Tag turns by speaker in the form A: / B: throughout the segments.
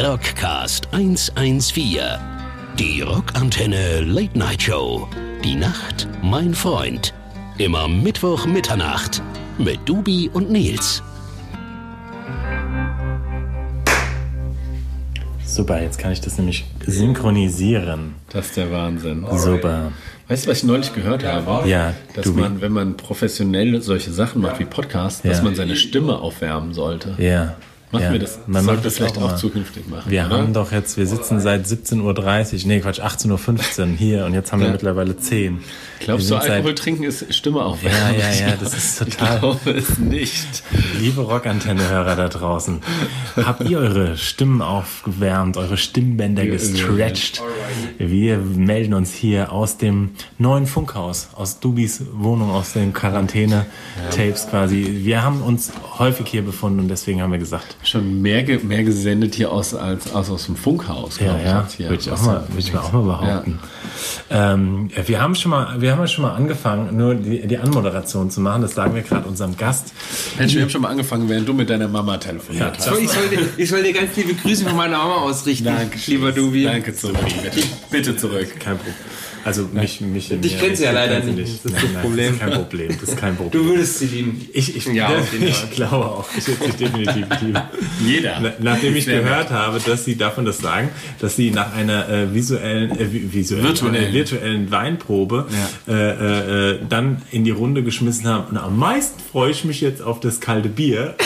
A: Rockcast 114. Die Rockantenne Late Night Show. Die Nacht, mein Freund. Immer Mittwoch Mitternacht mit Dubi und Nils.
B: Super, jetzt kann ich das nämlich synchronisieren.
C: Das ist der Wahnsinn.
B: Super.
C: Weißt du, was ich neulich gehört habe?
B: Ja,
C: Dass
B: Dubi.
C: man, wenn man professionell solche Sachen macht wie Podcasts, dass
B: Ja.
C: man seine Stimme aufwärmen sollte.
B: Ja.
C: Machen
B: ja.
C: wir das.
B: Man
C: sollten
B: macht
C: wir
B: das
C: vielleicht auch,
B: mal.
C: zukünftig machen.
B: Wir
C: oder?
B: haben doch jetzt, wir sitzen seit 17.30 Uhr, nee Quatsch, 18.15 Uhr hier und jetzt haben wir
C: Ja.
B: mittlerweile 10.
C: Glaubst du,
B: wir sind seit-
C: Alkohol trinken ist Stimme aufwärmen?
B: Ja, ja, ja,
C: Ich glaub-
B: das ist
C: Ich
B: total-
C: glaube es nicht.
B: Liebe Rockantenne-Hörer da draußen, habt ihr eure Stimmen aufgewärmt, eure Stimmbänder gestretched? Wir melden uns hier aus dem neuen Funkhaus, aus Dubis Wohnung, aus den Quarantäne-Tapes quasi. Wir haben uns häufig hier befunden und deswegen haben wir gesagt,
C: Schon mehr, ge mehr gesendet hier aus als, als aus dem Funkhaus,
B: ja,
C: glaube ich.
B: ja,
C: jetzt hier.
B: würde ich, auch
C: Aus
B: mal,
C: dem-
B: würde ich mir auch mal behaupten. Ähm, wir haben schon mal, wir haben ja schon mal angefangen, nur die, die Anmoderation zu machen. Das sagen wir gerade unserem Gast.
C: Mensch, wir haben schon mal angefangen, während du mit deiner Mama telefoniert hast.
D: So, ich, soll dir, ich soll dir ganz liebe Grüße von meiner Mama ausrichten, lieber Dubi.
C: Danke, Sophie. Bitte, bitte zurück.
B: Kein Problem. Also mich, mich
D: Dich kennt sie ja leider
B: kennt sie
D: nicht. Das ist
B: Nein,
D: das
B: nein,
D: Problem.
B: Das ist kein Problem. Das ist kein
D: Du
B: Problem.
D: würdest sie lieben.
B: Ich, ich,
D: Ja, auf jeden Fall.
B: ich glaube auch. Ich hätte dich definitiv lieb.
C: Jeder.
B: Na, nachdem ich
C: Sehr
B: gehört habe, dass sie davon das sagen, dass sie nach einer äh, visuellen, äh, vi- visuellen
C: Virtuellen.
B: äh, virtuellen Weinprobe äh, äh, äh, dann in die Runde geschmissen haben. Und am meisten freue ich mich jetzt auf das kalte Bier äh,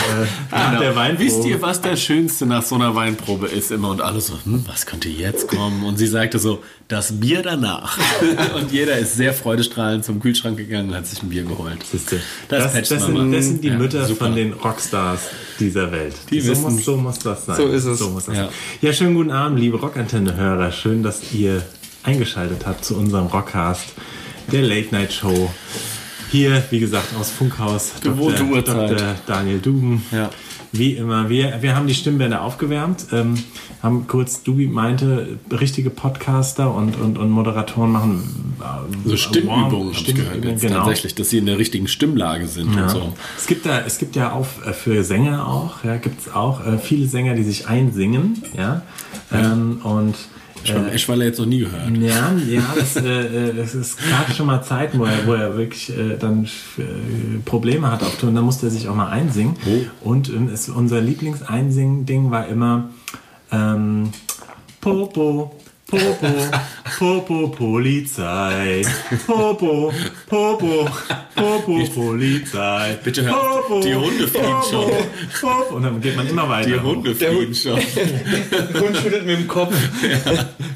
D: Ah,
B: nach
C: Genau.
B: der Weinprobe.
C: Wisst ihr, was das Schönste nach so einer Weinprobe ist? Immer und alle so, hm, was könnte jetzt kommen? Und sie sagte so, das Bier danach. und jeder ist sehr freudestrahlend zum Kühlschrank gegangen und hat sich ein Bier geholt.
B: Siehst du, Das,
C: Das
B: das,
C: patcht
B: sind,
C: man mal.
B: das sind die
C: Ja,
B: Mütter
C: super.
B: von den Rockstars dieser Welt.
C: Die
B: so,
C: wissen's.
B: muss, so muss das sein.
D: So ist es.
B: So muss das
C: Ja.
B: sein. ja, schönen guten Abend, liebe Rockantenne-Hörer. Schön, dass ihr eingeschaltet habt zu unserem Rockcast, der Late-Night-Show. Hier, wie gesagt, aus Funkhaus,
C: Gewohnte
B: Dr.
C: Uhrzeit.
B: Dr. Daniel Duben.
C: Ja.
B: Wie immer, wir, wir haben die Stimmbänder aufgewärmt, ähm, haben kurz, Dubi meinte, richtige Podcaster und, und, und Moderatoren machen äh,
C: So
B: warm-
C: Stimmübungen, hab ich gehört
B: Stimmübungen,
C: jetzt
B: genau.
C: tatsächlich, dass sie in der richtigen Stimmlage sind und
B: Ja.
C: so.
B: Es gibt da, es gibt ja auch äh, für Sänger auch, ja, gibt es auch äh, viele Sänger, die sich einsingen, ja. Ähm, und
C: Ich habe Eschweiler jetzt noch nie gehört.
B: ja, ja, das, äh, äh, das ist gerade schon mal Zeiten, wo er, wo er wirklich äh, dann äh, Probleme hat auf Tour. Und dann musste er sich auch mal einsingen.
C: Oh.
B: Und ähm, es, unser Lieblingseisingen-Ding war immer ähm, Popo, Popo, Popo Polizei, Popo, Popo, Popo Polizei.
C: Bitte hör auf, die Hunde fliegen schon.
B: Popo. Und dann geht man immer weiter.
C: Die
B: hoch.
C: Hunde fliegen schon.
D: Hund schüttelt mit dem Kopf.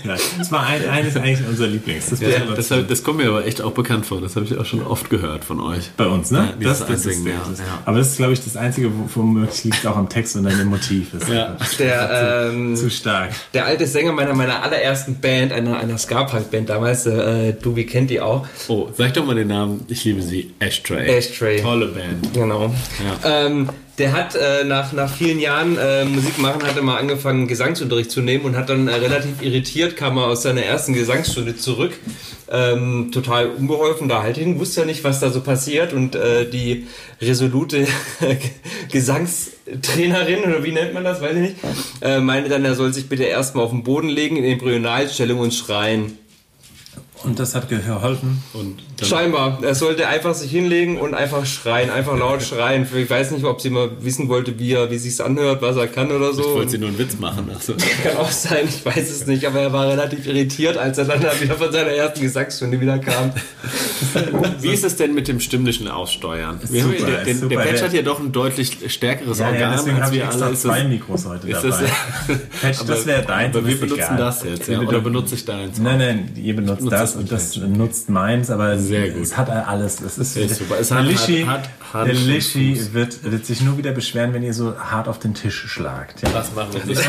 B: Ja, das war ein, eines eigentlich unser Lieblings. Das,
C: Ja,
B: war-
C: das, hab- das kommt mir aber echt auch bekannt vor. Das habe ich auch schon oft gehört von euch.
B: Bei uns, ne?
C: Ja, dieses Einsingen,
B: der-
C: ja,
B: das-
C: ja.
B: Aber das ist, glaube ich, das Einzige, wo- womöglich liegt auch am Text und an dem Motiv. Ist
C: Ja.
D: Der, ähm,
B: Zu stark.
D: der alte Sänger meiner, meiner allerersten Band, einer, einer Ska-Punk-Band damals, äh, Dubi kennt die auch,
C: Oh, sag doch mal den Namen. Ich liebe sie. Ashtray.
D: Ashtray.
C: Tolle Band.
D: Genau.
C: Ja.
D: Ähm, der hat äh, nach, nach vielen Jahren äh, Musik machen, hat er mal angefangen, Gesangsunterricht zu nehmen und hat dann äh, relativ irritiert, kam er aus seiner ersten Gesangsstunde zurück. Ähm, total unbeholfen da halt hin, wusste ja nicht, was da so passiert und äh, die resolute Gesangstrainerin oder wie nennt man das, weiß ich nicht, äh, meinte dann, er soll sich bitte erstmal auf den Boden legen, in Embryonalstellung und schreien.
B: Und das hat geholfen.
C: Und dann
D: Scheinbar. Er sollte einfach sich hinlegen und einfach schreien, einfach laut schreien. Ich weiß nicht, ob sie mal wissen wollte, wie er, wie sich's anhört, was er kann oder
C: Ich
D: so.
C: wollte sie nur einen Witz machen. Also,
D: Kann auch sein, ich weiß es nicht, aber er war relativ irritiert, als er dann wieder von seiner ersten Gesangsstunde wieder kam.
C: wie ist es denn mit dem stimmlichen Aussteuern? Wir
B: super,
C: haben ja,
B: ist
C: den,
B: super.
C: der Patch
B: Der-
C: hat ja doch ein deutlich stärkeres
B: Ja,
C: Organ
B: ja, deswegen
C: als
B: habe ich
C: wir alle.
B: extra
C: Ist
B: zwei
C: das,
B: Mikros heute
C: ist das,
B: dabei. Patch, das wäre deins.
C: aber
B: das
C: wir
B: ist
C: benutzen
B: egal. Ne?
C: das jetzt, ja.
B: Wir
C: Oder
B: benutzen-
C: benutze ich deins?
B: Nein, nein, ihr benutzt
C: Benutzt
B: das
C: das
B: und
C: mit
B: das nutzt meins, aber
C: Sehr
B: es
C: gut.
B: hat alles. Es ist,
C: Ist super. Es
B: der
C: hat-
B: Lischi,
C: hat- hat-
B: der
C: hat-
B: Lischi wird, wird sich nur wieder beschweren, wenn ihr so hart auf den Tisch schlagt. Ja.
C: Das machen wir nicht.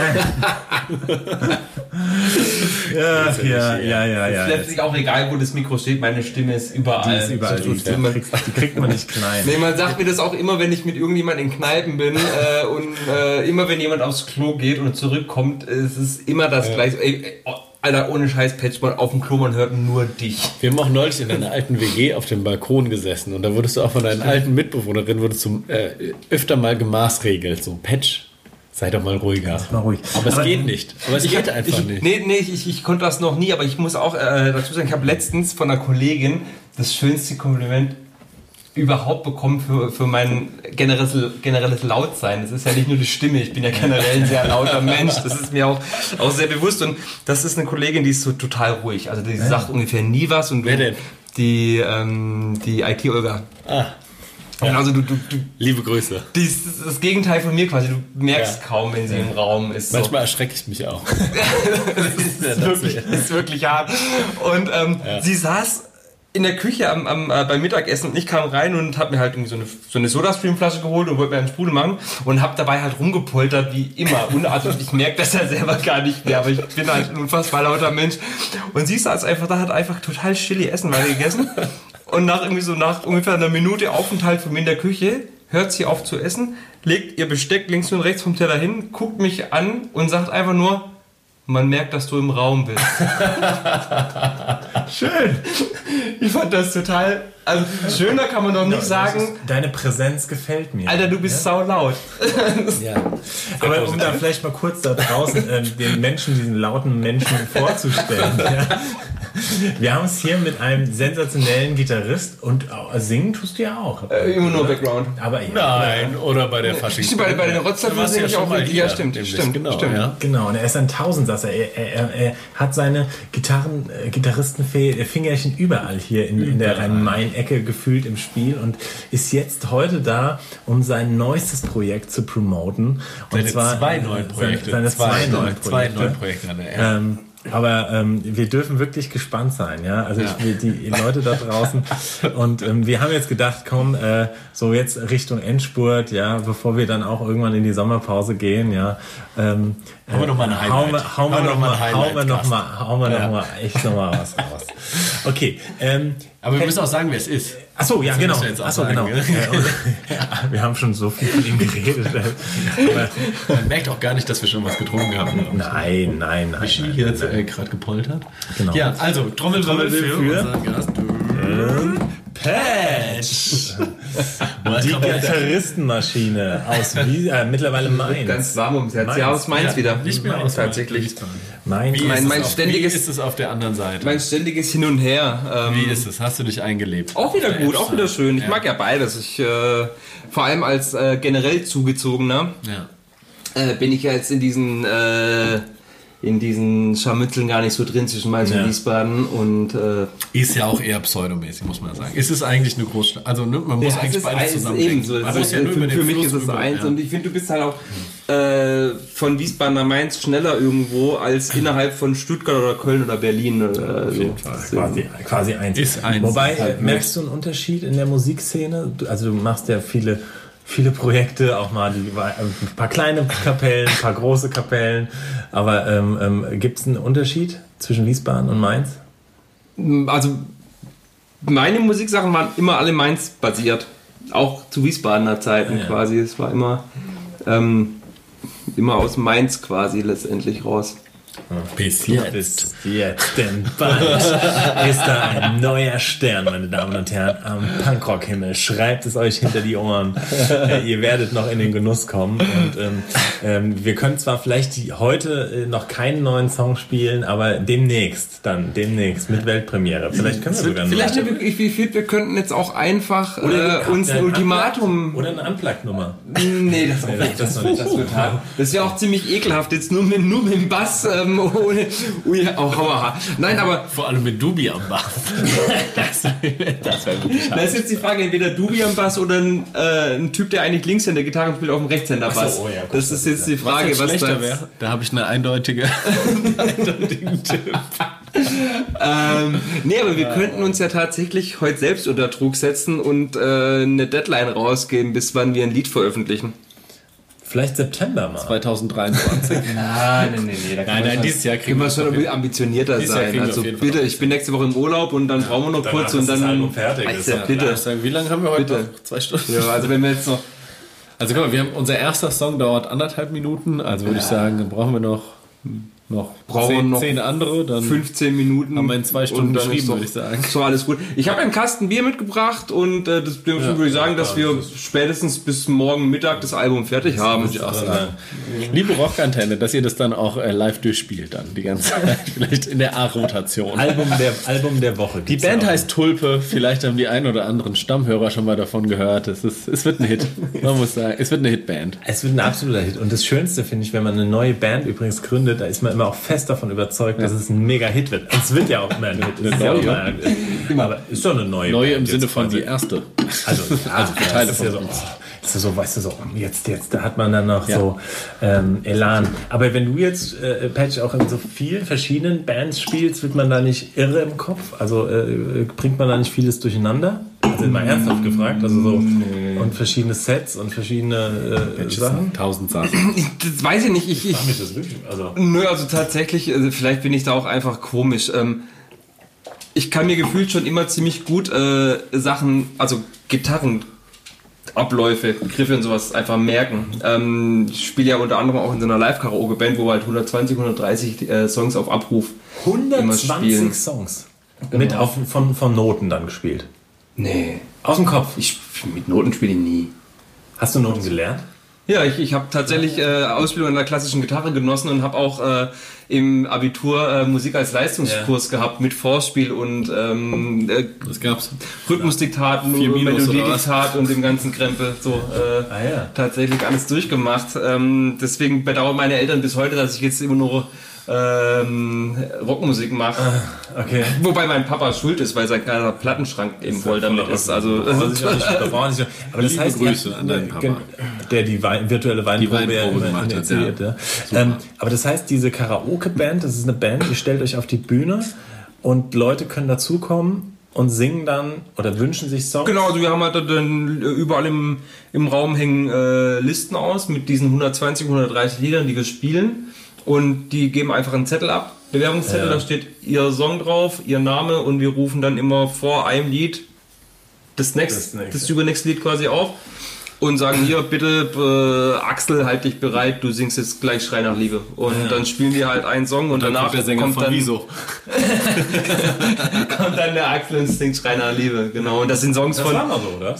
B: Ja, ja, ja, ja, ja.
D: Letztlich auch egal, wo das Mikro steht, meine Stimme ist überall.
B: Die ist überall, die,
D: So
B: die,
D: tut man-
B: kriegst, die kriegt man nicht klein.
D: Nee, man sagt mir das auch immer, wenn ich mit irgendjemand in Kneipen bin äh, und äh, immer wenn jemand aufs Klo geht und zurückkommt, es ist immer das gleiche. Ey, ey, oh, Alter, ohne Scheiß, Patchball, auf dem Klo, man hört nur dich.
C: Wir haben auch neulich in einer alten WG auf dem Balkon gesessen und da wurdest du auch von deinen alten Mitbewohnerinnen wurdest du, äh, öfter mal gemaßregelt. So, Patch, Sei doch mal ruhiger.
B: Mal ruhig.
C: Aber es geht nicht. Aber es geht Also einfach
D: ich,
C: nicht.
D: Nee, nee, ich, ich konnte das noch nie, aber ich muss auch äh, dazu sagen, ich habe letztens von einer Kollegin das schönste Kompliment überhaupt bekommen für, für mein generelles, generelles Lautsein. Das ist ja nicht nur die Stimme, ich bin ja generell ein sehr lauter Mensch. Das ist mir auch, auch sehr bewusst. Und das ist eine Kollegin, die ist so total ruhig. Also die sagt ungefähr nie was. Und du,
C: Wer denn?
D: Die, ähm, die IT-Olga.
C: Ah,
D: Also du, du, du
C: liebe Grüße.
D: die ist das- das Gegenteil von mir quasi. Du merkst
C: Ja.
D: kaum, wenn sie im Raum ist. So.
C: Manchmal erschrecke ich mich auch.
D: Das ist wirklich, das ist wirklich hart. Und ähm, sie saß in der Küche am, am, äh, beim Mittagessen und ich kam rein und habe mir halt irgendwie so eine, so eine Sodastream-Flasche geholt und wollte mir einen Sprudel machen und habe dabei halt rumgepoltert wie immer. Und also ich merke das ja selber gar nicht mehr, aber ich bin halt ein unfassbar lauter Mensch. Und sie saß einfach da, hat einfach total chili Essen weiter gegessen und nach irgendwie so nach ungefähr einer Minute Aufenthalt von mir in der Küche hört sie auf zu essen, legt ihr Besteck links und rechts vom Teller hin, guckt mich an und sagt einfach nur, man merkt, dass du im Raum bist.
B: Schön.
D: Ich fand das total. Also schöner kann man doch nicht sagen.
B: Deine Präsenz gefällt mir.
D: Alter, du bist sau laut.
C: ja.
B: Aber um da vielleicht mal kurz da draußen ähm, den Menschen, diesen lauten Menschen vorzustellen. ja. Wir haben es hier mit einem sensationellen Gitarrist und auch- singen tust du ja auch.
D: Äh, Immer nur Background.
B: Aber ja,
C: Nein, oder bei der Faschings.
D: Bei, bei den Rotzern
C: warst
D: sind
C: ja
D: ich
C: schon
D: auch
C: mal
D: mit.
C: hier,
D: Ja, stimmt,
C: nämlich,
D: stimmt,
C: genau,
D: stimmt.
C: ja.
B: Genau, und er ist ein Tausendsasser. Er, er, er, er hat seine Gitarren, äh, Gitarristenfingerchen überall hier in, in der Rhein-Main-Ecke gefühlt im Spiel und ist jetzt heute da, um sein neuestes Projekt zu promoten. Und
C: Seine zwei
B: äh,
C: neuen Projekte.
B: Seine, seine zwei, neuen
C: Zwei neue
B: Projekte.
C: Projekte an der Erde.
B: Ähm, aber ähm, wir dürfen wirklich gespannt sein, ja. Also Ich, wir- die Leute da draußen. Und ähm, wir haben jetzt gedacht, komm, äh, so jetzt Richtung Endspurt, ja, bevor wir dann auch irgendwann in die Sommerpause gehen, ja. Ähm,
C: Hauen wir noch mal ein Highlight.
B: Hauen wir, hauen wir
C: Hauen wir
B: noch
C: noch mal
B: mal,
C: ein
B: hauen wir
C: Highlight,
B: noch mal, hauen wir noch mal, echt noch mal was raus. Okay. Ähm,
C: Aber wir müssen auch sagen, wer es ist.
B: ach so, ja,
C: Das
B: genau.
C: Also müssen wir jetzt auch
B: Ach so,
C: sagen,
B: genau.
C: gell?
B: Ja, und- ja, wir haben schon so viel von ihm geredet. Aber,
C: Man merkt auch gar nicht, dass wir schon was getrunken haben.
B: nein, nein, nein.
C: Michi
B: nein,
C: hier
B: nein,
C: jetzt
B: nein.
C: äh, gerade gepoltert.
B: Genau.
C: Ja, also Trommelwirbel für,
B: für-
C: unseren Gast. Patch.
B: Die
C: Welcome back.
B: Gitarristenmaschine aus Wies äh, mittlerweile Mainz.
D: Ganz warm ums Herz. Ja, aus Mainz
C: Ja,
D: wieder.
C: Nicht mehr aus
D: tatsächlich.
B: Mainz.
C: Wie
D: Mein-
C: ist es
D: mein
C: auf-
D: ständiges-
C: Wie ist es auf der anderen Seite?
D: Mein ständiges Hin und Her.
C: wie
D: Ähm,
C: ist es? Hast du dich eingelebt?
D: auch wieder gut, auch wieder schön. Ich
C: Ja.
D: mag ja beides. Ich, äh, vor allem als äh, generell zugezogener
C: Ja.
D: äh, bin ich ja jetzt in diesen äh, in diesen Scharmützeln gar nicht so drin zwischen Mainz
B: Ja.
D: und Wiesbaden und äh,
C: Ist ja auch eher pseudomäßig, muss man sagen. Ist es eigentlich eine Großstadt? Also ne, man muss
D: Ja,
C: eigentlich beides
D: eben
C: zusammendenken.
D: so.
C: Man
D: Das
C: muss
D: ist,
C: ja nur
D: für,
C: über den
D: für mich
C: Fluss
D: ist es
C: rüber,
D: eins
C: ja.
D: und ich finde, du bist halt auch äh, von Wiesbaden nach Mainz schneller irgendwo als innerhalb von Stuttgart oder Köln oder Berlin. Oder, äh, so.
B: Quasi, quasi eins.
C: Ist eins.
B: Wobei,
C: Ist halt
B: äh, merkst du einen Unterschied in der Musikszene? Du, also du machst ja viele, viele Projekte, auch mal die, ein paar kleine Kapellen, ein paar große Kapellen. Aber ähm, ähm, gibt es einen Unterschied zwischen Wiesbaden und Mainz?
D: Also meine Musiksachen waren immer alle Mainz basiert, auch zu Wiesbadener Zeiten
B: Ja.
D: quasi. Es war immer ähm, immer aus Mainz quasi letztendlich raus.
C: Bis
B: Bis jetzt denn bald ist da ein neuer Stern, meine Damen und Herren, am Punkrock-Himmel. Schreibt es euch hinter die Ohren. Äh, ihr werdet noch in den Genuss kommen. Und ähm, ähm, wir können zwar vielleicht die, heute äh, noch keinen neuen Song spielen, aber demnächst dann, demnächst mit Weltpremiere. Vielleicht können wir sogar noch.
D: Vielleicht, Also, ich, ich, ich, wir könnten jetzt auch einfach äh, uns ein
B: Unplugged-
D: Ultimatum
B: Oder eine Unplugged-Nummer.
D: Nee, das, nee,
B: das- das- das- das wird hart.
D: Das ist ja auch ziemlich ekelhaft, jetzt nur mit, nur mit dem Bass, ähm, ohne, ui, oh, hauaha. Nein, aber
C: Vor allem mit Dubi am Bach. das wäre wirklich
D: da ist jetzt die Frage, entweder Dubi am Bass oder ein, äh, ein Typ, der eigentlich Linkshänder Gitarre spielt, auf dem Rechtshänder Bass.
B: oh ja, gut,
D: das ist jetzt die Frage, was, da wäre.
C: Da habe ich eine eindeutige, eindeutigen Tipp.
D: Ähm, nee, aber wir könnten uns ja tatsächlich heute selbst unter Druck setzen und äh, eine Deadline rausgeben, bis wann wir ein Lied veröffentlichen.
B: Vielleicht September mal.
C: 2023.
D: Nein, nein, nein, nee, da
C: nein, nein, dieses Jahr kriegen
D: Können
C: wir
D: wir
C: es noch hin.
D: schon ambitionierter
C: Dieses Jahr
D: sein.
C: kriegen wir
D: Also
C: auf jeden Fall
D: bitte, ich bin nächste Woche im Urlaub und dann brauchen wir noch kurz und
B: ist das
D: dann.
B: Album fertig.
D: Alter,
B: Ist
D: bitte.
C: Ich sag, Wie lange haben wir heute?
D: Bitte.
C: noch? Zwei Stunden.
D: Ja, also wenn wir jetzt noch.
C: Also guck mal, wir haben, unser erster Song dauert anderthalb Minuten. Also würde ich sagen, dann brauchen wir noch noch
D: Brauchen
C: zehn,
D: noch
C: zehn andere, dann
D: 15 Mhm. Minuten.
C: haben wir in zwei Stunden
D: und dann
C: geschrieben,
D: ist doch,
C: würde ich sagen.
D: Ist doch alles gut. Ich habe einen Kasten Bier mitgebracht und äh, das dem würde ich sagen, dass wir spätestens bis morgen Mittag das Album fertig haben.
C: Ja. Liebe Rockantenne, dass ihr das dann auch äh, live durchspielt dann die ganze Zeit, vielleicht in der A-Rotation.
B: Album der, Album der Woche.
C: Die Band heißt Tulpe, vielleicht haben die ein oder anderen Stammhörer schon mal davon gehört. Es, ist, es wird ein Hit, man muss sagen, es wird eine Hitband.
B: Es wird ein absoluter Hit. Und das Schönste finde ich, wenn man eine neue Band übrigens gründet, da ist man immer auch fest davon überzeugt, dass es ein Mega-Hit wird. Und es wird ja auch immer ein Hit. Es ist ja auch
C: neue.
B: immer ein Hit. Aber ist doch eine neue.
C: Neue im
B: Band
C: Sinne
B: jetzt
C: von die
B: quasi.
C: erste.
B: Also, also
C: Teile
B: Teile ist ja so,
C: von-
B: oh, ist ja so, weißt du, so, oh, jetzt, jetzt, da hat man dann noch so ähm, Elan. Aber wenn du jetzt, äh, Patch, auch in so vielen verschiedenen Bands spielst, wird man da nicht irre im Kopf? Also äh, bringt man da nicht vieles durcheinander? Also mal ernsthaft gefragt, also so und verschiedene Sets und verschiedene äh, Sachen.
C: Tausend Sachen.
D: Das weiß ich nicht. Ich, ich,
B: Mich das wirklich, also
D: Nö, also tatsächlich, also vielleicht bin ich da auch einfach komisch. Ähm, ich kann mir gefühlt schon immer ziemlich gut äh, Sachen, also Gitarren, Abläufe, Griffe und sowas einfach merken. Ähm, ich spiele ja unter anderem auch in so einer Live-Karaoke-Band, wo wir halt 120, 130 äh, Songs auf Abruf.
B: 120
D: spielen.
B: Songs mit auf, von, von Noten dann gespielt.
D: Nee,
B: Aus dem Kopf.
D: ich, mit Noten spiele ich nie.
B: Hast du Noten gelernt?
D: Ja, ich, ich habe tatsächlich äh, Ausbildung an der klassischen Gitarre genossen und habe auch äh, im Abitur äh, Musik als Leistungskurs gehabt mit Vorspiel und ähm, äh,
C: Das gab's.
D: Rhythmusdiktaten,
C: Vier
D: und
C: Minus oder was?
D: Melodiediktat und dem ganzen Krempel. So, äh,
B: Ah ja.
D: Tatsächlich alles durchgemacht. Ähm, deswegen bedauern meine Eltern bis heute, dass ich jetzt immer nur ähm, Rockmusik mache.
B: Okay.
D: Wobei mein Papa schuld ist, weil sein ganzer Plattenschrank eben voll damit
B: voller
D: ist. Also,
B: Da brauchen sie sich auch nicht- da brauchen sie sich auch- aber das
C: Liebe
B: heißt,
C: Grüße
B: ihr-
C: an deinen Papa.
B: Der die Wein, virtuelle Weinprobe,
C: Weinprobe
B: ja immer
C: gemacht hat,
B: initiiert, ja. Ähm, aber das heißt, diese Karaoke-Band, das ist eine Band, ihr stellt euch auf die Bühne und Leute können dazukommen und singen dann oder wünschen sich Songs.
D: Genau, also wir haben halt dann überall im, im Raum hängen äh, Listen aus mit diesen 120, 130 Liedern, die wir spielen. Und die geben einfach einen Zettel ab, Bewerbungszettel,
B: Ja.
D: da steht ihr Song drauf, ihr Name und wir rufen dann immer vor einem Lied das nächste,
B: nächste.
D: das, übernächste Lied quasi auf und sagen hier bitte äh, Axel halt dich bereit, du singst jetzt gleich Schrei nach Liebe und dann spielen wir halt einen Song und, danach
C: Danach der Sänger
D: kommt
C: von
D: dann
C: Wieso.
D: kommt dann der Axel und singt Schrei nach Liebe, genau und das sind Songs von
B: mal so, oder?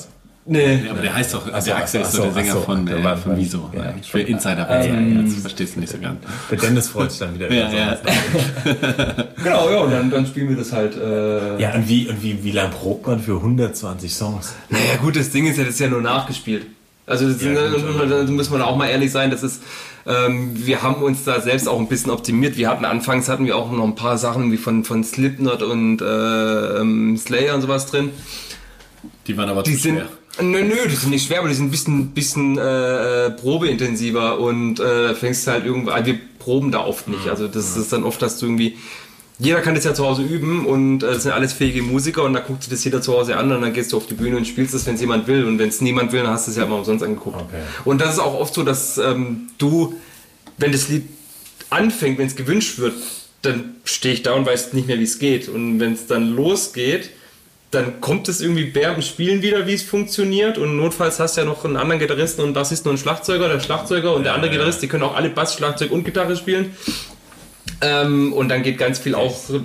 D: nee,
C: Ja, aber der heißt doch,
B: so,
C: der Axel ist
B: ach
C: so der
B: so,
C: Sänger
B: ach so.
C: von,
B: Der
C: äh,
B: war-
C: von Wieso.
B: ja,
C: Ja,
B: ich
C: ich will Insider
B: Ah, ja,
C: ja, jetzt verstehst du nicht so ganz.
B: Der Dennis freut sich dann wieder.
C: Ja,
B: über
C: ja.
B: sowas.
D: genau, ja, und dann, dann spielen wir das halt äh,
B: ja und, wie, und wie, wie lang probt man für 120 Songs?
D: Naja, gut, das Ding ist ja, das ist ja nur nachgespielt. Also das
B: Ja, gut,
D: da, da muss man auch mal ehrlich sein, das ist, ähm, wir haben uns da selbst auch ein bisschen optimiert. Wir hatten anfangs hatten wir auch noch ein paar Sachen wie von, von Slipknot und äh, ähm, Slayer und sowas drin.
C: Die waren aber
D: Die
C: zu
D: sind.
C: schwer.
D: Nö, nö, die sind nicht schwer, aber die sind ein bisschen, bisschen äh, probeintensiver und äh, da fängst du halt irgendwie an. Wir proben da oft
C: Mhm.
D: nicht. Also das ist dann oft, dass du irgendwie. Jeder kann das ja zu Hause üben und äh, das sind alles fähige Musiker und da guckt sich das jeder zu Hause an und dann gehst du auf die Bühne und spielst es, wenn es jemand will. Und wenn es niemand will, dann hast du es ja immer umsonst angeguckt.
B: Okay.
D: Und das ist auch oft so, dass ähm, du, wenn das Lied anfängt, wenn es gewünscht wird, dann stehe ich da und weiß nicht mehr, wie es geht. Und wenn es dann losgeht, dann kommt es irgendwie während dem Spielen wieder, wie es funktioniert. Und notfalls hast du ja noch einen anderen Gitarristen und Bassisten und einen Schlagzeuger. Der Schlagzeuger und der andere Gitarrist, die können auch alle Bass, Schlagzeug und Gitarre spielen. Ähm, und dann geht ganz viel auch äh,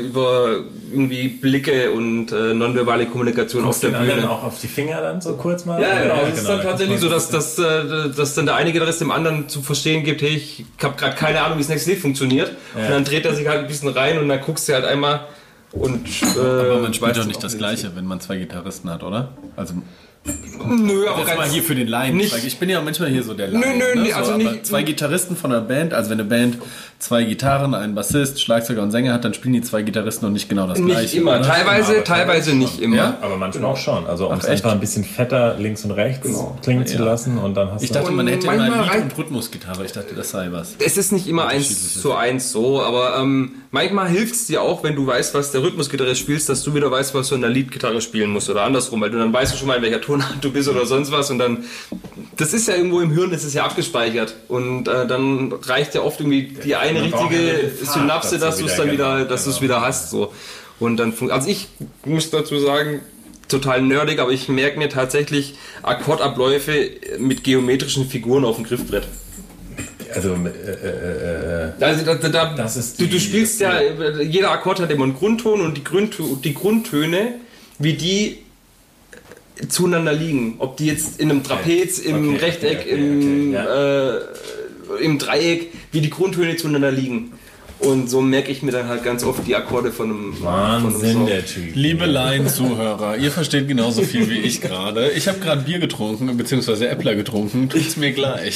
D: über irgendwie Blicke und äh, nonverbale Kommunikation auf der
B: Den anderen
D: Bühne.
B: auch auf die Finger dann so kurz mal?
D: Ja, genau.
B: Oder-
D: Es ist dann tatsächlich so, dass, dass, äh, dass dann der eine Gitarrist dem anderen zu verstehen gibt, hey, ich habe gerade keine Ahnung, wie das nächste Lied funktioniert. Und dann dreht er sich halt ein bisschen rein und dann guckst du halt einmal und äh,
C: Aber man spielt
D: weißt
C: doch
D: du
C: nicht das
D: auch,
C: Gleiche, wenn man zwei Gitarristen hat, oder? Also,
D: Nö, aber
C: das mal
D: ganz,
C: hier für den Laien.
D: nicht-
C: Ich bin ja manchmal hier so der Laien.
D: Nö, nö, nee,
C: so,
D: also
C: aber
D: nicht-
C: zwei Gitarristen von einer Band, also wenn eine Band zwei Gitarren, einen Bassist, Schlagzeuger und Sänger hat, dann spielen die zwei Gitarristen und nicht genau das Gleiche.
D: nicht immer.
C: oder?
D: Teilweise, teilweise nicht immer.
C: Ja?
B: Aber manchmal auch schon. Also um es
C: Genau. echt? Genau.
B: einfach ein bisschen fetter links und rechts klingen zu
C: Ja.
B: lassen und dann hast
C: Ich
B: du.
C: dachte, man
D: Und
C: hätte
D: manchmal
C: immer Lied-
D: reicht-
C: und Rhythmusgitarre. Ich dachte, das sei was.
D: Es ist nicht immer eins zu eins so, aber ähm, manchmal hilft es dir auch, wenn du weißt, was der Rhythmusgitarre spielst, dass du wieder weißt, was du in der Leadgitarre spielen musst oder andersrum, weil du dann weißt du schon mal, in welcher Tonart du bist oder sonst was und dann, das ist ja irgendwo im Hirn, das ist ja abgespeichert und äh, dann reicht ja oft irgendwie die eine
B: man braucht ja
D: richtige
B: den Pfad
D: Synapse,
B: dazu
D: dass du es
B: wieder,
D: dann wieder,
B: genau,
D: dass du es
B: genau.
D: wieder hast so und dann, fun- also ich muss dazu sagen, total nerdig, aber ich merke mir tatsächlich Akkordabläufe mit geometrischen Figuren auf dem Griffbrett.
B: also äh, äh, äh,
D: Also da, da, da,
B: Das ist
D: du,
B: die-
D: du spielst ja, äh, jeder Akkord hat immer einen Grundton und die, Grundtö die Grundtöne, wie die zueinander liegen. Ob die jetzt in einem Trapez, im
B: Okay, okay,
D: Rechteck,
B: okay,
D: im,
B: okay,
D: äh, im Dreieck, wie die Grundtöne zueinander liegen. Und so merke ich mir dann halt ganz oft die Akkorde von einem von einem
B: Wahnsinn,
D: Song.
B: der Typ.
C: Liebe Laienzuhörer, ihr versteht genauso viel wie ich gerade. Ich habe gerade Bier getrunken, beziehungsweise Äppler getrunken. Tut's mir gleich.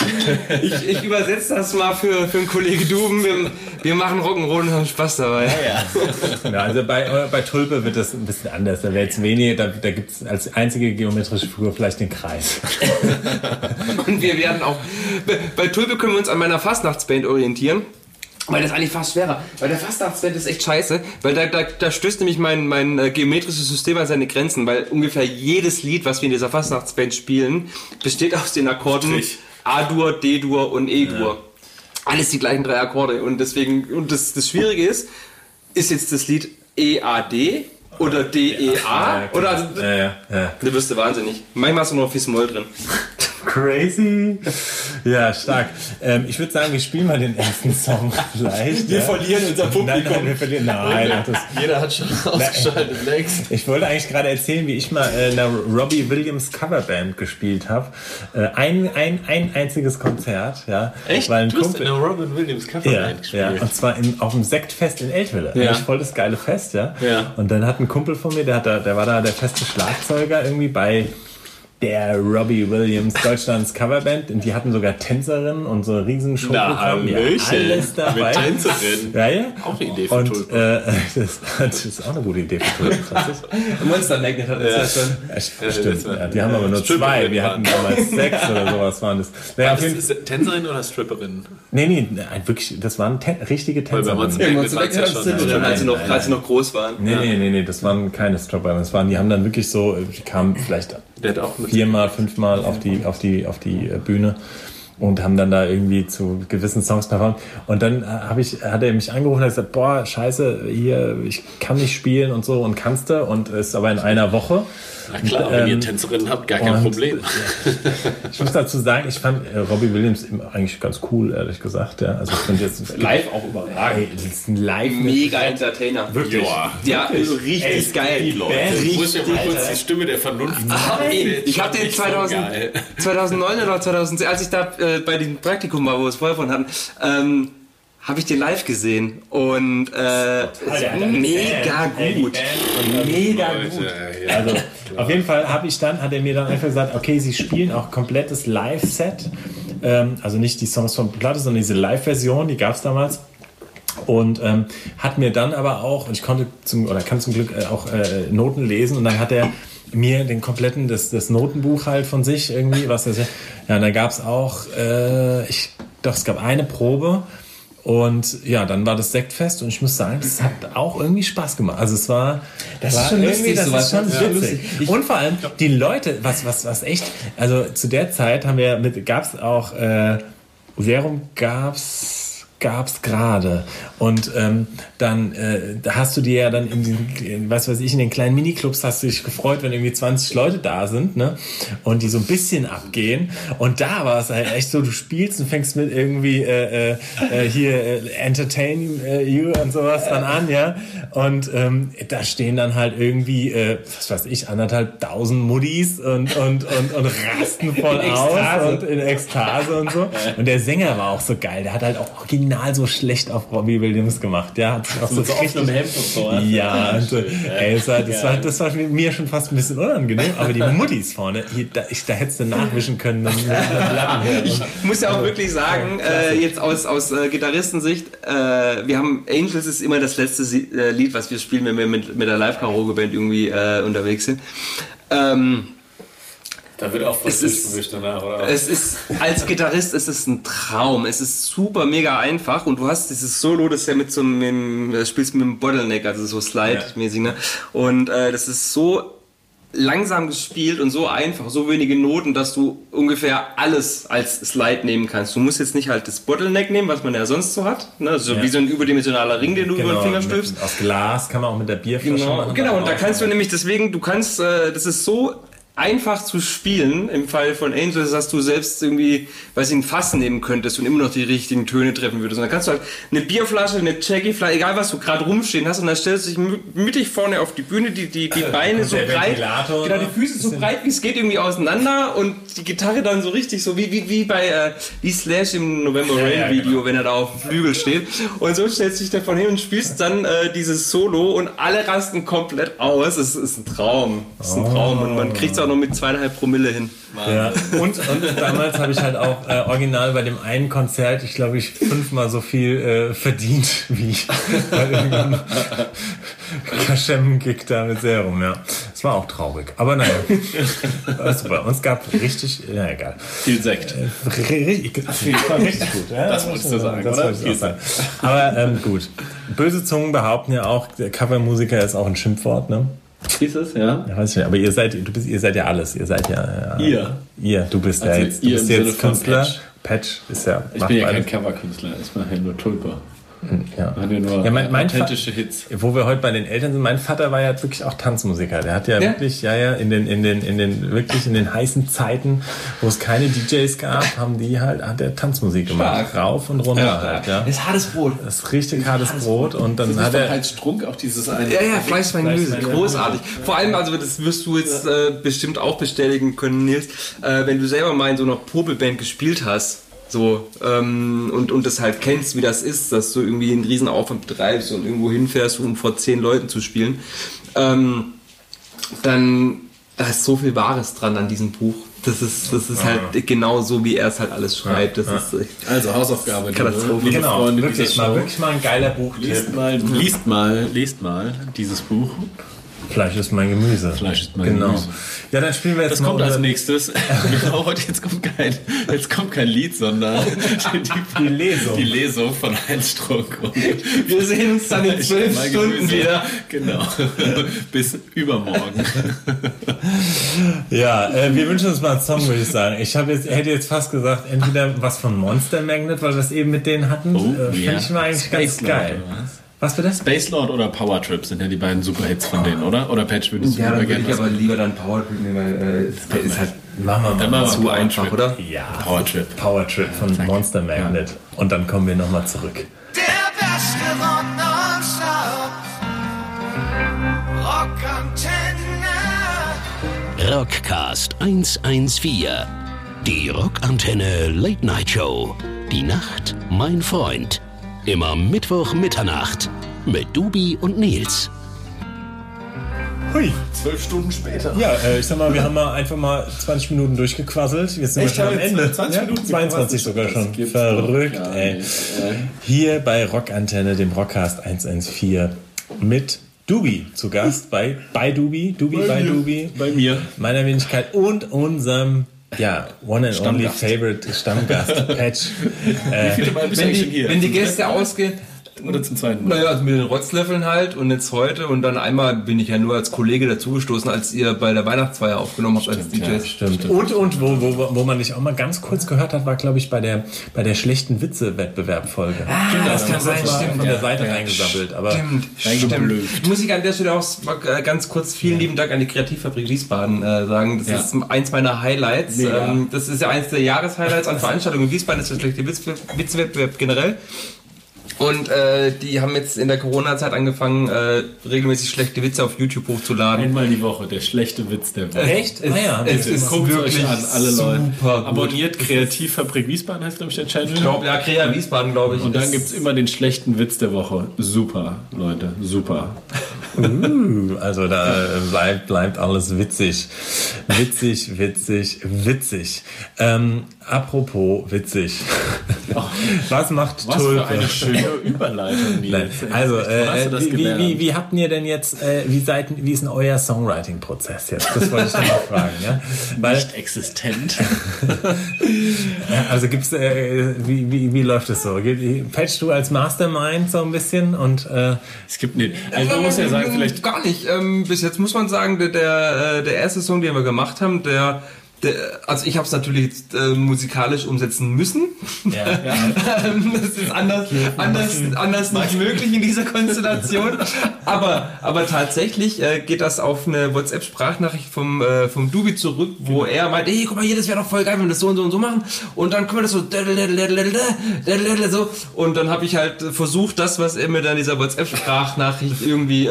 D: Ich, ich übersetze das mal für, für einen Kollegen Duben. Wir, wir machen Rock'n'Roll und haben Spaß dabei.
B: Ja, also bei, bei Tulpe wird das ein bisschen anders. Da wäre jetzt weniger, da, da gibt es als einzige geometrische Figur vielleicht den Kreis.
D: Und wir werden auch. Bei- Bei Tulpe können wir uns an meiner Fastnachtsband orientieren. Weil das ist eigentlich fast schwerer. Weil der Fastnachtsband ist echt scheiße. Weil da, da, da stößt nämlich mein, mein äh, geometrisches System an seine Grenzen. Weil ungefähr jedes Lied, was wir in dieser Fastnachtsband spielen, besteht aus den Akkorden
C: Strich.
D: A-Dur, D-Dur und E-Dur. Alles die gleichen drei Akkorde. Und deswegen, und das, das Schwierige ist, ist jetzt das Lied E-A-D oder D-E-A? Oder also,
B: Ja, ja, ja.
D: du wirst du wahnsinnig. Manchmal hast du noch viel Small drin.
B: Crazy. Ja, stark. Ähm, ich würde sagen, wir spielen mal den ersten Song vielleicht. Wir
C: verlieren unser
B: Nein, nein, wir verlieren. Nein, ach, das, äh,
C: Jeder hat schon ausgeschaltet. Next.
B: ich wollte eigentlich gerade erzählen, wie ich mal äh, in der Robbie Williams Coverband gespielt habe. Äh, ein, ein, ein einziges Konzert, ja.
C: Echt?
B: Weil ein
C: du hast in
B: Kumpel,
C: der Robin Williams
B: ja,
C: Coverband
B: ja,
C: gespielt.
B: und zwar in, auf dem Sektfest in Eltville.
C: Ja.
B: Ja. Ich voll das geile Fest, ja.
C: Ja.
B: Und dann hat ein Kumpel von mir, der, hat da, der war da der feste Schlagzeuger irgendwie bei der Robbie Williams Deutschlands Coverband und die hatten sogar Tänzerinnen und so eine riesen Show Programm. ja, alles dabei.
C: Mit Tänzerin.
B: Ja, ja.
C: Auch eine Idee für
B: Und
C: Tulpen.
B: äh, das, das ist auch eine gute Idee für Tulpen. tatsächlich.
D: Monster Magnet hat das ja schon.
B: Ja, stimmt.
C: war-
B: Ja, die haben aber nur
C: Stimmt,
B: zwei. Wir
C: wir
B: hatten damals sechs oder sowas waren das. Naja, auf
C: Das
B: jeden,
C: ist Tänzerin oder Stripperin?
B: nee, nee, nein, wirklich, das waren tän- richtige
C: Weil
B: Tänzerinnen.
C: man
D: Ja, Monster Magnet hat das ja schon, als sie noch, als sie noch groß waren.
B: Nee, nee, nee, nee, das waren keine Stropper. Das waren, die haben dann wirklich so, die kamen vielleicht
C: Der hat auch mit
B: viermal, fünfmal auf die, auf die, auf die äh, Bühne und haben dann da irgendwie zu gewissen Songs performt. Und dann äh, hab ich, hat er mich angerufen und hat gesagt, boah, scheiße, hier, ich kann nicht spielen und so und kannst du und ist aber in einer Woche.
C: Na klar, wenn ihr
B: Ähm,
C: Tänzerinnen habt, gar kein
B: und-
C: Problem.
B: Ich muss dazu sagen, ich fand äh, Robbie Williams immer eigentlich ganz cool, ehrlich gesagt. Ja. Also ich finde jetzt
C: Live auch überragend.
B: Ey, das ist ein live
D: Mega Entertainer.
B: wirklich.
D: Ja, richtig geil.
C: Ich muss ja
D: Richtig.
C: mal kurz die Stimme der Vernunft
B: Ah,
C: sagen.
D: Ey, ich habe
C: hab
D: den
C: nicht so
D: 2000,
C: geil.
D: 2009 oder 2010, als ich da äh, bei dem Praktikum war, wo wir es vorher von hatten, ähm, habe ich den live gesehen und äh, ist mega gut. Mega gut.
C: Äh, ja.
B: Also auf jeden Fall habe ich dann, hat er mir dann einfach gesagt, okay, sie spielen auch komplettes Live-Set. Ähm, also nicht die Songs von Platte, sondern diese Live-Version, die gab es damals. Und ähm, hat mir dann aber auch, und ich konnte zum, oder kann zum Glück äh, auch äh, Noten lesen, und dann hat er mir den kompletten, das, das Notenbuch halt von sich irgendwie, was das, ja, und dann gab es auch, äh, ich, doch, es gab eine Probe, und ja, dann war das Sektfest und ich muss sagen, das hat auch irgendwie Spaß gemacht. Also es war, das war
E: ist schon
B: irgendwie-
E: lustig,
B: das
E: sowas.
B: ist schon
E: Das ist schon
B: witzig. Und vor allem die Leute, was was was echt. Also zu der Zeit haben wir mit gab's auch äh, Serum gab's gab's gerade und ähm, dann äh, da hast du dir ja dann in den in, was weiß ich in den kleinen Miniclubs hast du dich gefreut wenn irgendwie 20 Leute da sind ne und die so ein bisschen abgehen und da war es halt echt so du spielst und fängst mit irgendwie äh, äh, äh, hier äh, entertain äh, you und sowas dann an ja und ähm, da stehen dann halt irgendwie äh, was weiß ich anderthalb tausend Muddis und und und, und rasten voll aus und in Ekstase und so und der Sänger war auch so geil der hat halt auch original so schlecht auf Robbie Williams gemacht ja hat sich auch so richtig ja, und, äh, ey, das, war, das, war, das war mir schon fast ein bisschen unangenehm, aber die Muttis vorne, hier, da, ich, da hättest du nachwischen können. Dann,
D: Ich muss ja auch wirklich sagen, äh, jetzt aus, aus äh, Gitarristensicht, äh, wir haben Angels ist immer das letzte Sie äh, Lied, was wir spielen, wenn wir mit, mit der Live-Karaoke-Band irgendwie äh, unterwegs sind. Ähm,
C: Da wird auch was
D: Es ist-
C: durchgewischt danach, oder?
D: Es ist, als Gitarrist ist es ein Traum. Es ist super mega einfach und du hast dieses Solo, das ist ja mit so einem, das spielst du mit dem Bottleneck, also so Slide-mäßig, ne? Und äh, das ist so langsam gespielt und so einfach, so wenige Noten, dass du ungefähr alles als Slide nehmen kannst. Du musst jetzt nicht halt das Bottleneck nehmen, was man ja sonst so hat, ne? So
B: Ja. Genau,
D: wie so ein überdimensionaler Ring, den du über den Finger stülpst.
B: mit, aus Glas kann man auch mit der Bierflasche
D: Genau,
B: machen.
D: genau und da
B: auch.
D: kannst du nämlich deswegen, du kannst, äh, das ist so einfach zu spielen. Im Fall von Angels, dass du selbst irgendwie, weiß ich, ein Fass nehmen könntest und immer noch die richtigen Töne treffen würdest. Und dann kannst du halt eine Bierflasche, eine Jackie-Flasche, egal was du gerade rumstehen hast, und dann stellst du dich mü- mittig vorne auf die Bühne, die, die, die Beine so
B: der
D: breit,
B: Ventilator,
D: genau,
B: ne?
D: die Füße so breit wie es geht irgendwie auseinander und die Gitarre dann so richtig so wie, wie, wie bei äh, wie Slash im November Rain
B: ja,
D: Video, wenn er da auf dem Flügel steht. Und so stellst du dich davon hin und spielst dann äh, dieses Solo und alle rasten komplett aus. Es ist ein Traum. Es ist ein Traum und man kriegt es auch nur mit zweieinhalb Promille hin.
B: Ja. Und, und damals habe ich halt auch äh, original bei dem einen Konzert, ich glaube, ich fünfmal so viel äh, verdient wie ich bei irgendeinem Kaschem-Gig da mit Serum. Ja, das war auch traurig. Aber naja, war super. Und es gab richtig, na egal.
C: Viel Sekt.
B: Richtig, das war richtig gut. Ja,
C: Das wolltest du sagen,
B: das
C: oder?
B: wollte ich auch sagen. Aber ähm, gut, böse Zungen behaupten ja auch, der Covermusiker ist auch ein Schimpfwort, ne?
C: Ist es, ja?
B: Ja, weiß ich nicht, aber ihr seid, du bist, ihr seid ja alles. Ihr seid ja. ja
C: Ihr.
B: Ihr, du bist ja
C: Also
B: jetzt, du
C: ihr
B: bist
C: im Sinne
B: jetzt
C: von
B: Künstler.
C: Patch.
B: Patch. ist ja.
C: Ich bin ja kein Coverkünstler, ich mache ja nur Tulpa.
B: ja.
C: Ich mache ja nur
B: Ja, mein- mein
C: authentische Hits.
B: Wo wir heute bei den Eltern sind, mein Vater war ja wirklich auch Tanzmusiker. Der hat ja, wirklich, ja, ja, in den, in den, in den, wirklich in den heißen Zeiten, wo es keine DJs gab, haben die halt, hat der Tanzmusik gemacht. Rauf und runter halt, ja.
D: ist hartes Brot.
B: Das ist richtig hartes Brot und dann hat er,
C: Heinz Strunk auch dieses eine.
D: Ja, ja, Fleisch, mein Gemüse, großartig. Vor allem, also das wirst du jetzt äh, bestimmt auch bestätigen können, Nils, äh, wenn du selber mal in so einer Popelband gespielt hast, so ähm, und, und das halt kennst, wie das ist, dass du irgendwie einen riesen Aufwand betreibst und irgendwo hinfährst, um vor zehn Leuten zu spielen, ähm, dann da ist so viel Wahres dran an diesem Buch. Das ist, das ist halt genau so, wie er es halt alles schreibt. Das ist echt
C: Also Hausaufgabe, liebe-
D: Katastrophe.
C: liebe
B: genau,
C: Freunde dieser
B: wirklich mal,
C: Show.
B: wirklich mal ein geiler Buchtipp.
C: Liest mal, liest mal, liest mal dieses Buch. Ah,
B: Fleisch ist mein Gemüse.
C: Fleisch ist mein
B: genau.
C: Gemüse.
B: Ja, dann spielen wir jetzt
C: Das
B: mal
C: kommt als
B: unser-
C: nächstes. genau, heute jetzt kommt kein, jetzt kommt kein Lied, sondern die,
B: die Lesung.
C: die Lesung von Heinz Strunk. Und
D: Wir sehen uns dann in zwölf
C: mein
D: Stunden
C: Gemüse.
D: wieder.
C: Genau. Bis übermorgen.
B: Ja, äh, wir wünschen uns mal einen Song, würde ich sagen. Ich hab jetzt, hätte jetzt fast gesagt, entweder was von Monster Magnet, weil wir das eben mit denen hatten. äh, Finde
C: Oh, ja.
B: ich mal eigentlich
C: Space
B: ganz
C: Lord,
B: geil.
C: oder was?
B: Was wird das?
C: Space Lord oder Power Trip sind ja die beiden Superhits von denen, oder? Oder Patch würdest du
D: Ja,
C: lieber
D: dann würde
C: gerne
D: ich
C: was
D: aber lieber dann Power Trip nehmen, weil äh, es ist halt
B: Machen wir
C: Dann machen wir
D: zu
C: Power
D: einfach,
C: Trip.
D: oder?
B: Ja,
C: Power Trip.
B: Power Trip von Monster Magnet. Und dann kommen wir nochmal zurück.
E: Der beste Rock nonstop. Rock Antenne.
A: Rockcast 114. Die Rockantenne Late Night Show. Die Nacht, mein Freund. Immer Mittwoch Mitternacht mit Dubi und Nils.
B: Hui.
C: Zwölf Stunden später.
B: Ja, äh, ich sag mal, wir haben mal einfach mal 20 Minuten durchgequasselt. Jetzt sind
C: Echt,
B: wir schon am
C: haben wir jetzt
B: Ende.
C: 20 Minuten
B: 22 sogar
C: gequasselt?
B: schon.
C: Das gibt's
B: Verrückt,
C: doch gar
B: ey.
C: nicht,
B: Hier bei Rockantenne, dem Rockcast 114 mit Dubi zu Gast bei bei Dubi, Dubi bei,
C: mir.
B: Dubi,
C: Bei mir.
B: meiner Wenigkeit und unserem ja, one and
C: Stammgast.
B: only favorite Stammgast Patch.
C: Wie Mal bist du
D: wenn
C: eigentlich
D: die,
C: schon hier?
D: wenn die Gäste ausgehen,
C: Oder zum zweiten Mal?
D: naja, also mit den Rotzlöffeln halt und jetzt heute und dann einmal bin ich ja nur als Kollege dazugestoßen, als ihr bei der Weihnachtsfeier aufgenommen habt als
C: ja,
D: DJs.
B: Stimmt. Und, und wo, wo, wo man dich auch mal ganz kurz gehört hat, war, glaube ich, bei der, bei der schlechten Witze-Wettbewerb-Folge. Ah,
D: das kann sein, stimmt,
B: Von der
D: ja.
B: Seite reingesammelt. Aber
D: Stimmt, stimmt.
C: Reingeblöft.
D: Muss ich an der Stelle auch mal, äh, ganz kurz vielen lieben Dank an die Kreativfabrik Wiesbaden äh, sagen. Das
C: Ja.
D: ist eins meiner Highlights.
C: Mega.
D: Ähm, das ist ja eins der Jahreshighlights an Veranstaltungen. Wiesbaden ist der schlechte Witz- Witzwettbewerb generell. Und äh, die haben jetzt in der Corona-Zeit angefangen, äh, regelmäßig schlechte Witze auf YouTube hochzuladen.
C: Einmal die Woche, der schlechte Witz der Woche.
D: Echt? Es,
B: Ah ja, haben die
D: es
B: das
D: ist
C: Guckt
D: wirklich
C: euch an, alle Leute.
D: super gut.
C: Abonniert Kreativfabrik Wiesbaden heißt, glaube ich, der Channel.
D: Ich glaube, ja, Krea Wiesbaden, glaube ich.
C: Und dann
D: ist-
C: gibt es immer den schlechten Witz der Woche. Super, Leute, super.
B: Uh, also da äh, bleibt, bleibt alles witzig. Witzig, witzig, witzig. Ähm, apropos witzig. Was macht
C: Was
B: Tulpe?
C: für eine schöne Überleitung,
B: Nein.
C: Nils.
B: Also,
C: Echt, wo hast du
B: äh,
C: das
B: wie, wie,
C: gelernt?
B: wie, wie habt ihr denn jetzt, äh, wie, seid, wie ist denn euer Songwriting-Prozess jetzt? Das wollte ich noch mal fragen. Ja? Weil,
C: Nicht existent.
B: also gibt's, äh, wie, wie, wie läuft es so? Geht- Patch du als Mastermind so ein bisschen und äh,
C: es gibt nicht. Also man muss ja sagen, vielleicht
D: äh, Gar nicht. Ähm, bis jetzt muss man sagen, der, der, äh, der erste Song, den wir gemacht haben, der Der- Also ich habe es natürlich äh, musikalisch umsetzen müssen. Ähm, das ist anders, anders, anders nicht möglich in dieser Konstellation. Aber, aber tatsächlich äh, geht das auf eine WhatsApp-Sprachnachricht vom, äh, vom Dubi zurück, wo er meint, hey, guck mal hier, das wäre doch voll geil, wenn wir das so und so und so machen. Und dann können wir das so dadadadadadada, so. Und dann habe ich halt versucht, das, was er mir dann in dieser WhatsApp-Sprachnachricht irgendwie äh,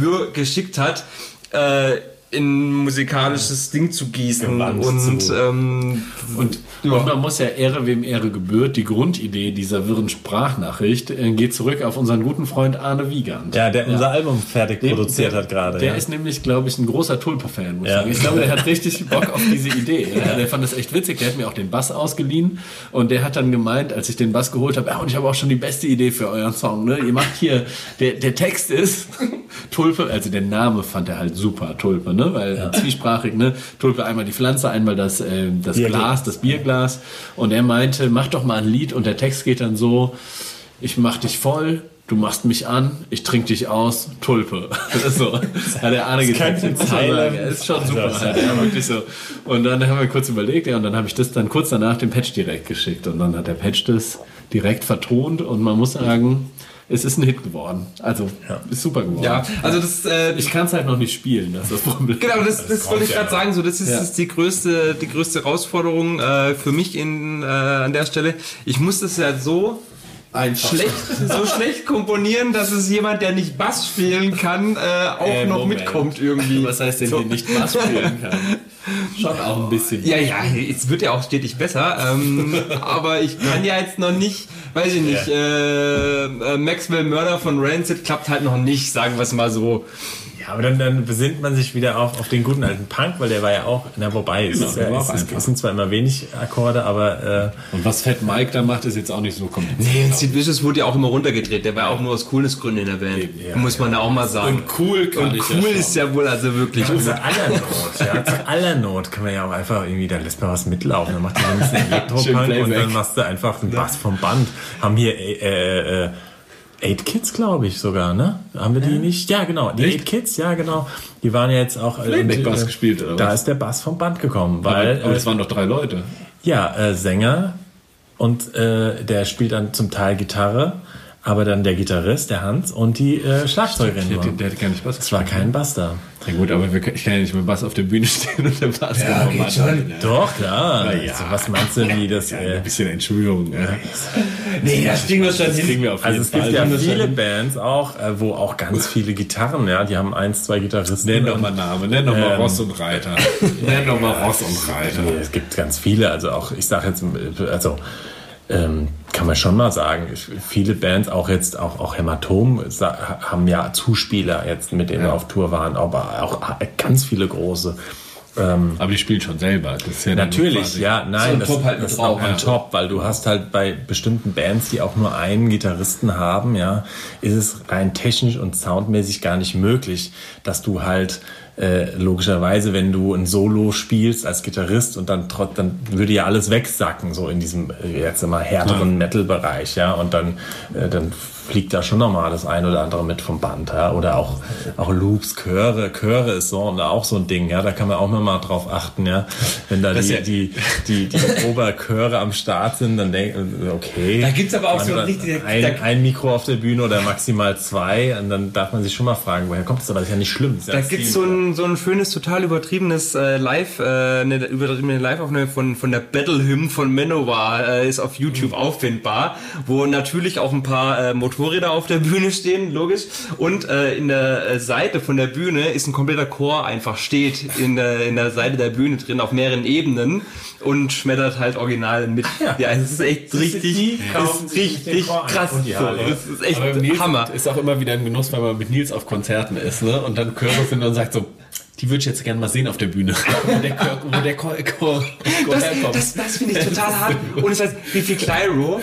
D: wir- geschickt hat, äh, in musikalisches Ding zu gießen und, ähm,
C: Und,
D: Ja.
C: und man muss ja Ehre wem Ehre gebührt. Die Grundidee dieser wirren Sprachnachricht äh, geht zurück auf unseren guten Freund Arne Wiegand.
B: Ja, der unser Album fertig
C: Der-
B: produziert
C: der-
B: hat gerade.
C: Der
B: ja.
C: ist nämlich, glaube ich, ein großer Tulpe-Fan. muss ich
B: Ja.
C: sagen. Ich glaube, der hat richtig Bock auf diese Idee. Ja. Der fand das echt witzig. Der hat mir auch den Bass ausgeliehen und der hat dann gemeint, als ich den Bass geholt habe, ja, und ich habe auch schon die beste Idee für euren Song. Ne? Ihr macht hier, der, der Text ist Tulpe, also der Name fand er halt super, Tulpe, ne? weil zwiesprachig, ne? Tulpe einmal die Pflanze, einmal das, äh, das
B: Bierglas.
C: Glas, das Bierglas. Und er meinte, mach doch mal ein Lied und der Text geht dann so, ich mach dich voll, du machst mich an, ich trink dich aus, Tulpe. so. Hat der Arne gesagt.
B: könnte
C: Muss man
B: Teile-
C: sagen. Ja, Ist schon super. Halt. Ja, wirklich so. Und dann haben wir kurz überlegt, ja, und dann habe ich das dann kurz danach dem Patch direkt geschickt. Und dann hat der Patch das direkt vertont und man muss sagen, es ist ein Hit geworden. Also, ist super geworden.
D: ja, also das, äh,
C: Ich kann es halt noch nicht spielen, das ist das Problem.
D: Genau, das, das, wollte ich gerade sagen. So, das ist,
C: Ja.
D: das ist die größte, die größte Herausforderung äh, für mich in, äh, an der Stelle. Ich muss das ja so schlecht, so schlecht komponieren, dass es jemand, der nicht Bass spielen kann, äh, auch
C: Äh,
D: noch
C: Moment.
D: mitkommt irgendwie.
C: Was heißt denn,
D: So.
C: so. den nicht was spielen kann? Schon auch ein bisschen.
D: Ja, ja, jetzt wird ja auch stetig besser. Ähm, aber ich kann ja jetzt noch nicht, weiß ich nicht, äh, äh, Maxwell Murder von Rancid klappt halt noch nicht, sagen wir es mal so.
B: Ja, aber dann, dann besinnt man sich wieder auf, auf den guten alten Punk, weil der war ja auch, na wobei, es,
C: Genau,
B: ist,
C: der
B: ja-
C: war
B: es,
C: auch
B: ist,
C: einfach.
B: es sind zwar immer wenig Akkorde, aber äh,
C: Und was Fat Mike da macht, ist jetzt auch nicht so kompliziert.
D: Nee, und Sid Vicious wurde ja auch immer runtergedreht. Der war ja auch nur aus Coolness-Gründen in der Band. muss man da auch mal sagen.
C: cool kann
D: Und cool ist ja wohl also wirklich.
B: äh, zu aller Not, ja, zu aller Not können wir ja auch einfach irgendwie, dann lässt man was mitlaufen, dann macht man ein bisschen
C: Schön
B: Elektropunk und
C: Playback.
B: dann machst du einfach einen Bass vom Band. Haben hier, äh, äh, äh, Eight Kids, glaube ich sogar, ne? Haben wir die nicht? Ja, genau. Die Eight Kids, ja, genau. Die waren ja jetzt auch. Äh,
C: Playback
B: und,
C: Bass
B: äh,
C: gespielt, oder
B: Da
C: was?
B: ist der Bass vom Band gekommen, weil.
C: Weil, aber
B: äh,
C: es waren doch drei Leute.
B: Ja, äh, Sänger und äh, der spielt dann zum Teil Gitarre, aber dann der Gitarrist, der Hans und die äh, Schlagzeugerin.
C: Der, der,
B: waren.
C: der hat gar nicht Bass
B: Es war kein Bass da.
C: Ja gut, aber wir, können- ich kann ja nicht mit Bass auf der Bühne stehen und der Bass ja, geht schon. Ja.
B: Doch, klar.
C: ja.
B: Also, was meinst du, wie das...
C: Ja,
B: Äh,
C: ein bisschen Entschuldigung. Ja.
D: Nee, das kriegen wir schon
C: Das kriegen wir auf jeden
B: also es gibt
C: Fall.
B: ja
C: hin.
B: viele Bands auch, äh, wo auch ganz viele Gitarren, ja, die haben eins, zwei Gitarristen.
C: Nenn doch mal Namen, nenn doch mal
B: Ähm.
C: Ross und Reiter. Nenn doch mal Ross und Reiter.
B: Nee, es gibt ganz viele, also auch, ich sage jetzt, also ähm, kann man schon mal sagen, ich, viele Bands, auch jetzt, auch, auch Hämatom, sa- haben ja Zuspieler jetzt, mit denen wir auf Tour waren, aber auch äh, ganz viele große.
C: Aber die spielen schon selber. Das ist ja dann
B: Natürlich,
C: quasi-
B: ja, nein, das,
D: Top halt
B: das ist
D: mit drauf,
B: auch on
D: ja.
B: top, weil du hast halt bei bestimmten Bands, die auch nur einen Gitarristen haben, ja, ist es rein technisch und soundmäßig gar nicht möglich, dass du halt äh, logischerweise, wenn du ein Solo spielst als Gitarrist und dann trotz, dann würde ja alles wegsacken, so in diesem äh, jetzt immer härteren Metal-Bereich, ja, und dann, äh, dann fliegt da schon nochmal das ein oder andere mit vom Band, ja, oder auch, auch Loops, Chöre, Chöre ist so und auch so ein Ding, ja, da kann man auch nochmal drauf achten, ja, wenn da die,
D: ja-
B: die, die, die Oberchöre am Start sind, dann denken, okay.
D: Da gibt's aber auch so
B: Manchmal
D: richtig-
B: ein,
D: da-
B: ein Mikro auf der Bühne oder maximal zwei und dann darf man sich schon mal fragen, woher kommt das, aber das ist ja nicht schlimm. das ist ja
D: Da
B: das
D: gibt's
B: Ziel.
D: so ein, so ein schönes, total übertriebenes äh, Live, äh, eine übertriebene Live-Aufnahme von, von der Battle Hymn von Manowar, äh, ist auf YouTube auffindbar, wo natürlich auch ein paar äh, Motorräder auf der Bühne stehen, logisch. Und äh, in der äh, Seite von der Bühne ist ein kompletter Chor einfach steht in der, in der Seite der Bühne drin, auf mehreren Ebenen und schmettert halt original mit. Ja, es ist echt richtig, ist richtig krass. so. Es ist echt
C: Aber Nils
D: Hammer.
C: Ist auch immer wieder ein Genuss, wenn man mit Nils auf Konzerten ist, ne? Und dann Chöre sind und sagt so, die würde ich jetzt gerne mal sehen auf der Bühne. wo der Chor, wo der Chor, Chor, Chor
D: Das,
C: herkommt.
D: das, das finde ich total hart. Und es heißt, wie viel Clyro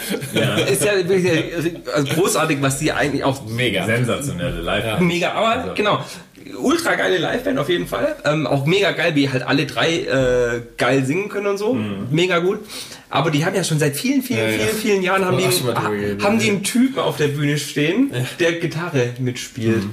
D: ist ja wirklich, äh, also großartig, was die eigentlich auch
C: Mega.
B: Sensationelle Live.
D: mega, aber genau. ultra geile Liveband auf jeden Fall. Ähm, auch mega geil, wie halt alle drei äh, geil singen können und so. Mega gut. Aber die haben ja schon seit vielen, vielen, vielen, vielen Jahren haben die,
C: Überraschend mal drüber
D: einen,
C: geredet,
D: haben
C: ja.
D: die einen Typen auf der Bühne stehen, der Gitarre mitspielt.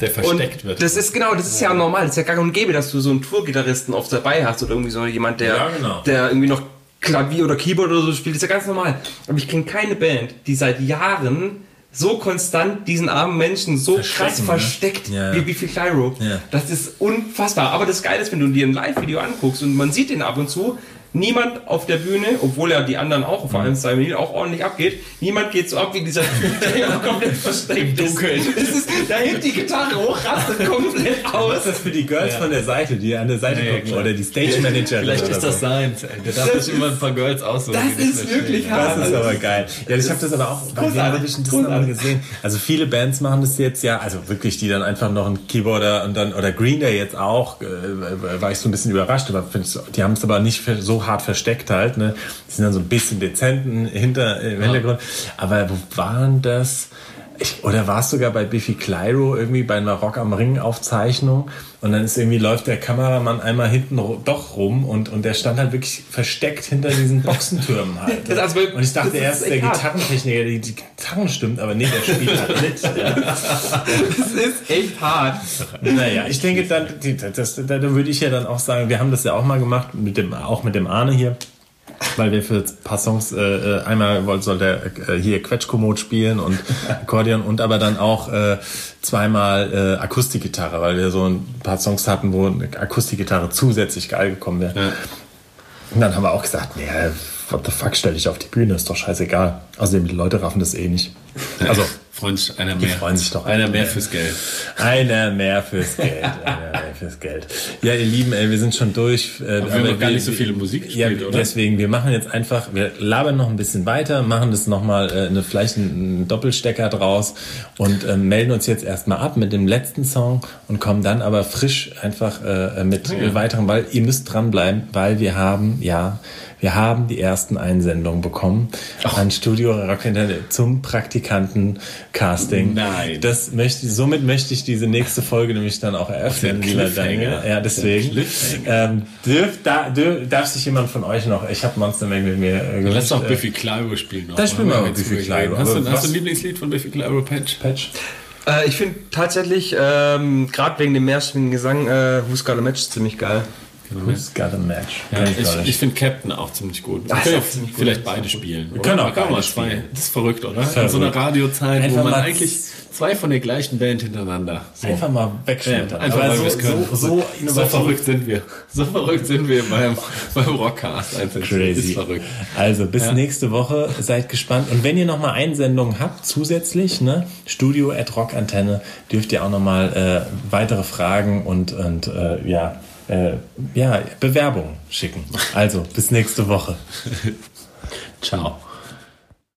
C: Der versteckt
D: und
C: wird.
D: Das ist genau, das ist ja normal. Das ist ja gang und gäbe, dass du so einen Tourgitarristen oft dabei hast oder irgendwie so jemand, der,
B: Ja, genau.
D: der irgendwie noch Klavier oder Keyboard oder so spielt. Das ist ja ganz normal. Aber ich kenne keine Band, die seit Jahren so konstant diesen armen Menschen so
B: Verstecken,
D: krass
B: ne?
D: versteckt,
B: Ja.
D: wie, wie viel Cairo.
B: Ja.
D: Das ist unfassbar. Aber das Geile ist, wenn du dir ein Live-Video anguckst und man sieht den ab und zu, niemand auf der Bühne, obwohl ja die anderen auch, vor
B: Mhm.
D: allem Simon Neil, auch ordentlich abgeht, niemand geht so ab wie dieser Typ, der immer komplett versteckt ist. Das ist. Da hebt die Gitarre hoch, rastet komplett aus.
B: Was ist das für die Girls von der Seite, die an der Seite
C: ja,
B: gucken
C: klar.
B: oder die Stage Manager?
C: Vielleicht ist das seins. ey. Der darf
D: Das
C: sich immer ein paar Girls aussuchen.
D: Das
C: die
D: ist wirklich
B: Das
D: hart.
B: ist aber geil. Ja, ich habe das aber auch bei wem hab ich denn das nochmal gesehen. Also viele Bands machen das jetzt ja, also wirklich, die dann einfach noch einen Keyboarder und dann oder Green Day jetzt auch, äh, war ich so ein bisschen überrascht, aber find's, die haben es aber nicht für- so hart versteckt halt. Ne? Die sind dann so ein bisschen dezenten hinter äh, im Hintergrund. Aber wo waren das? Ich, oder war es sogar bei Biffy Clyro irgendwie bei einer Rock am Ring Aufzeichnung und dann ist irgendwie läuft der Kameramann einmal hinten ro- doch rum und, und der stand halt wirklich versteckt hinter diesen Boxentürmen halt.
D: Das- also,
B: und ich dachte
D: das ist
B: erst,
D: echt
B: der
D: hart.
B: Gitarrentechniker, die, die Gitarren stimmt, aber nee, der spielt halt mit.
D: Das ist echt hart.
B: Naja, ich denke, dann, die- das, das, da würde ich ja dann auch sagen, wir haben das ja auch mal gemacht, mit dem, auch mit dem Arne hier, weil wir für ein paar Songs, äh, äh, einmal wollte- soll der äh, hier Quetschkommod spielen und Akkordeon und aber dann auch äh, zweimal äh, Akustikgitarre, weil wir so ein paar Songs hatten, wo eine Akustikgitarre zusätzlich geil gekommen wäre. Und dann haben wir auch gesagt, nee, what the fuck, stell dich auf die Bühne, ist doch scheißegal. Außerdem, die Leute raffen das eh nicht. Also,
C: Freund, einer mehr.
B: freuen sich doch.
C: Einer mehr fürs Geld.
B: einer mehr fürs Geld. Einer mehr fürs Geld. Ja, ihr Lieben, ey, wir sind schon durch. Äh,
C: wir haben noch gar nicht so viele Musik gespielt,
B: ja,
C: oder?
B: Deswegen, wir machen jetzt einfach, wir labern noch ein bisschen weiter, machen das nochmal, äh, eine, vielleicht einen Doppelstecker draus und äh, melden uns jetzt erstmal ab mit dem letzten Song und kommen dann aber frisch einfach äh,
C: Ah,
B: mit weiteren, weil ihr müsst dranbleiben, weil wir haben, ja, wir haben die ersten Einsendungen bekommen an Studio Rock Internet zum Praktikanten-Casting.
C: Nein.
B: Das möchte, somit möchte ich diese nächste Folge nämlich dann auch eröffnen,
C: Der
B: lieber
C: Cliffhanger.
B: Daniel. Ja, deswegen. Ähm, dürf, da, dürf, darf sich jemand von euch noch, ich habe Monster Mac mit mir äh,
C: Lass
B: gewünscht,
C: doch
B: äh,
C: Biffy Clyro spielen. noch.
B: Dann spielen wir
C: Haben
B: mal
C: jetzt
B: Biffy
C: drüber geredet.
B: Clyro.
C: Hast du,
B: Aber
C: hast du ein
B: was-
C: Lieblingslied von Biffy Clyro, Patch?
B: Patch.
D: Äh, ich finde tatsächlich, ähm, gerade wegen dem mehrstigen Gesang, äh, Who's Got a Match ziemlich geil.
B: Who's got a match?
C: Mhm. Ja,
B: Kenn ich gar
C: ich ich
B: nicht.
C: finde Captain auch ziemlich gut.
D: Das
C: Okay,
D: ist auch ziemlich gut.
C: vielleicht beide spielen. Wir
B: können auch beide
C: spielen.
B: spielen.
C: Das ist verrückt, oder? In so einer Radiozeit,
B: Einfach
C: wo man
B: mal-
C: eigentlich zwei von der gleichen Band hintereinander. So.
B: Einfach mal wegschmettern.
C: Ja, einfach
B: Aber
C: weil
B: so,
C: wir's können. Also,
B: so, so
C: So
B: innovativ.
C: verrückt sind wir. So verrückt sind wir beim, beim Rockcast. Einfach. Ist
B: Crazy.
C: verrückt.
B: Also bis nächste Woche, seid gespannt. Und wenn ihr nochmal Einsendungen habt, zusätzlich, ne, Studio at Rockantenne, dürft ihr auch nochmal äh, weitere Fragen und, und äh, ja, äh, ja, Bewerbungen schicken. Also bis nächste Woche.
C: Ciao.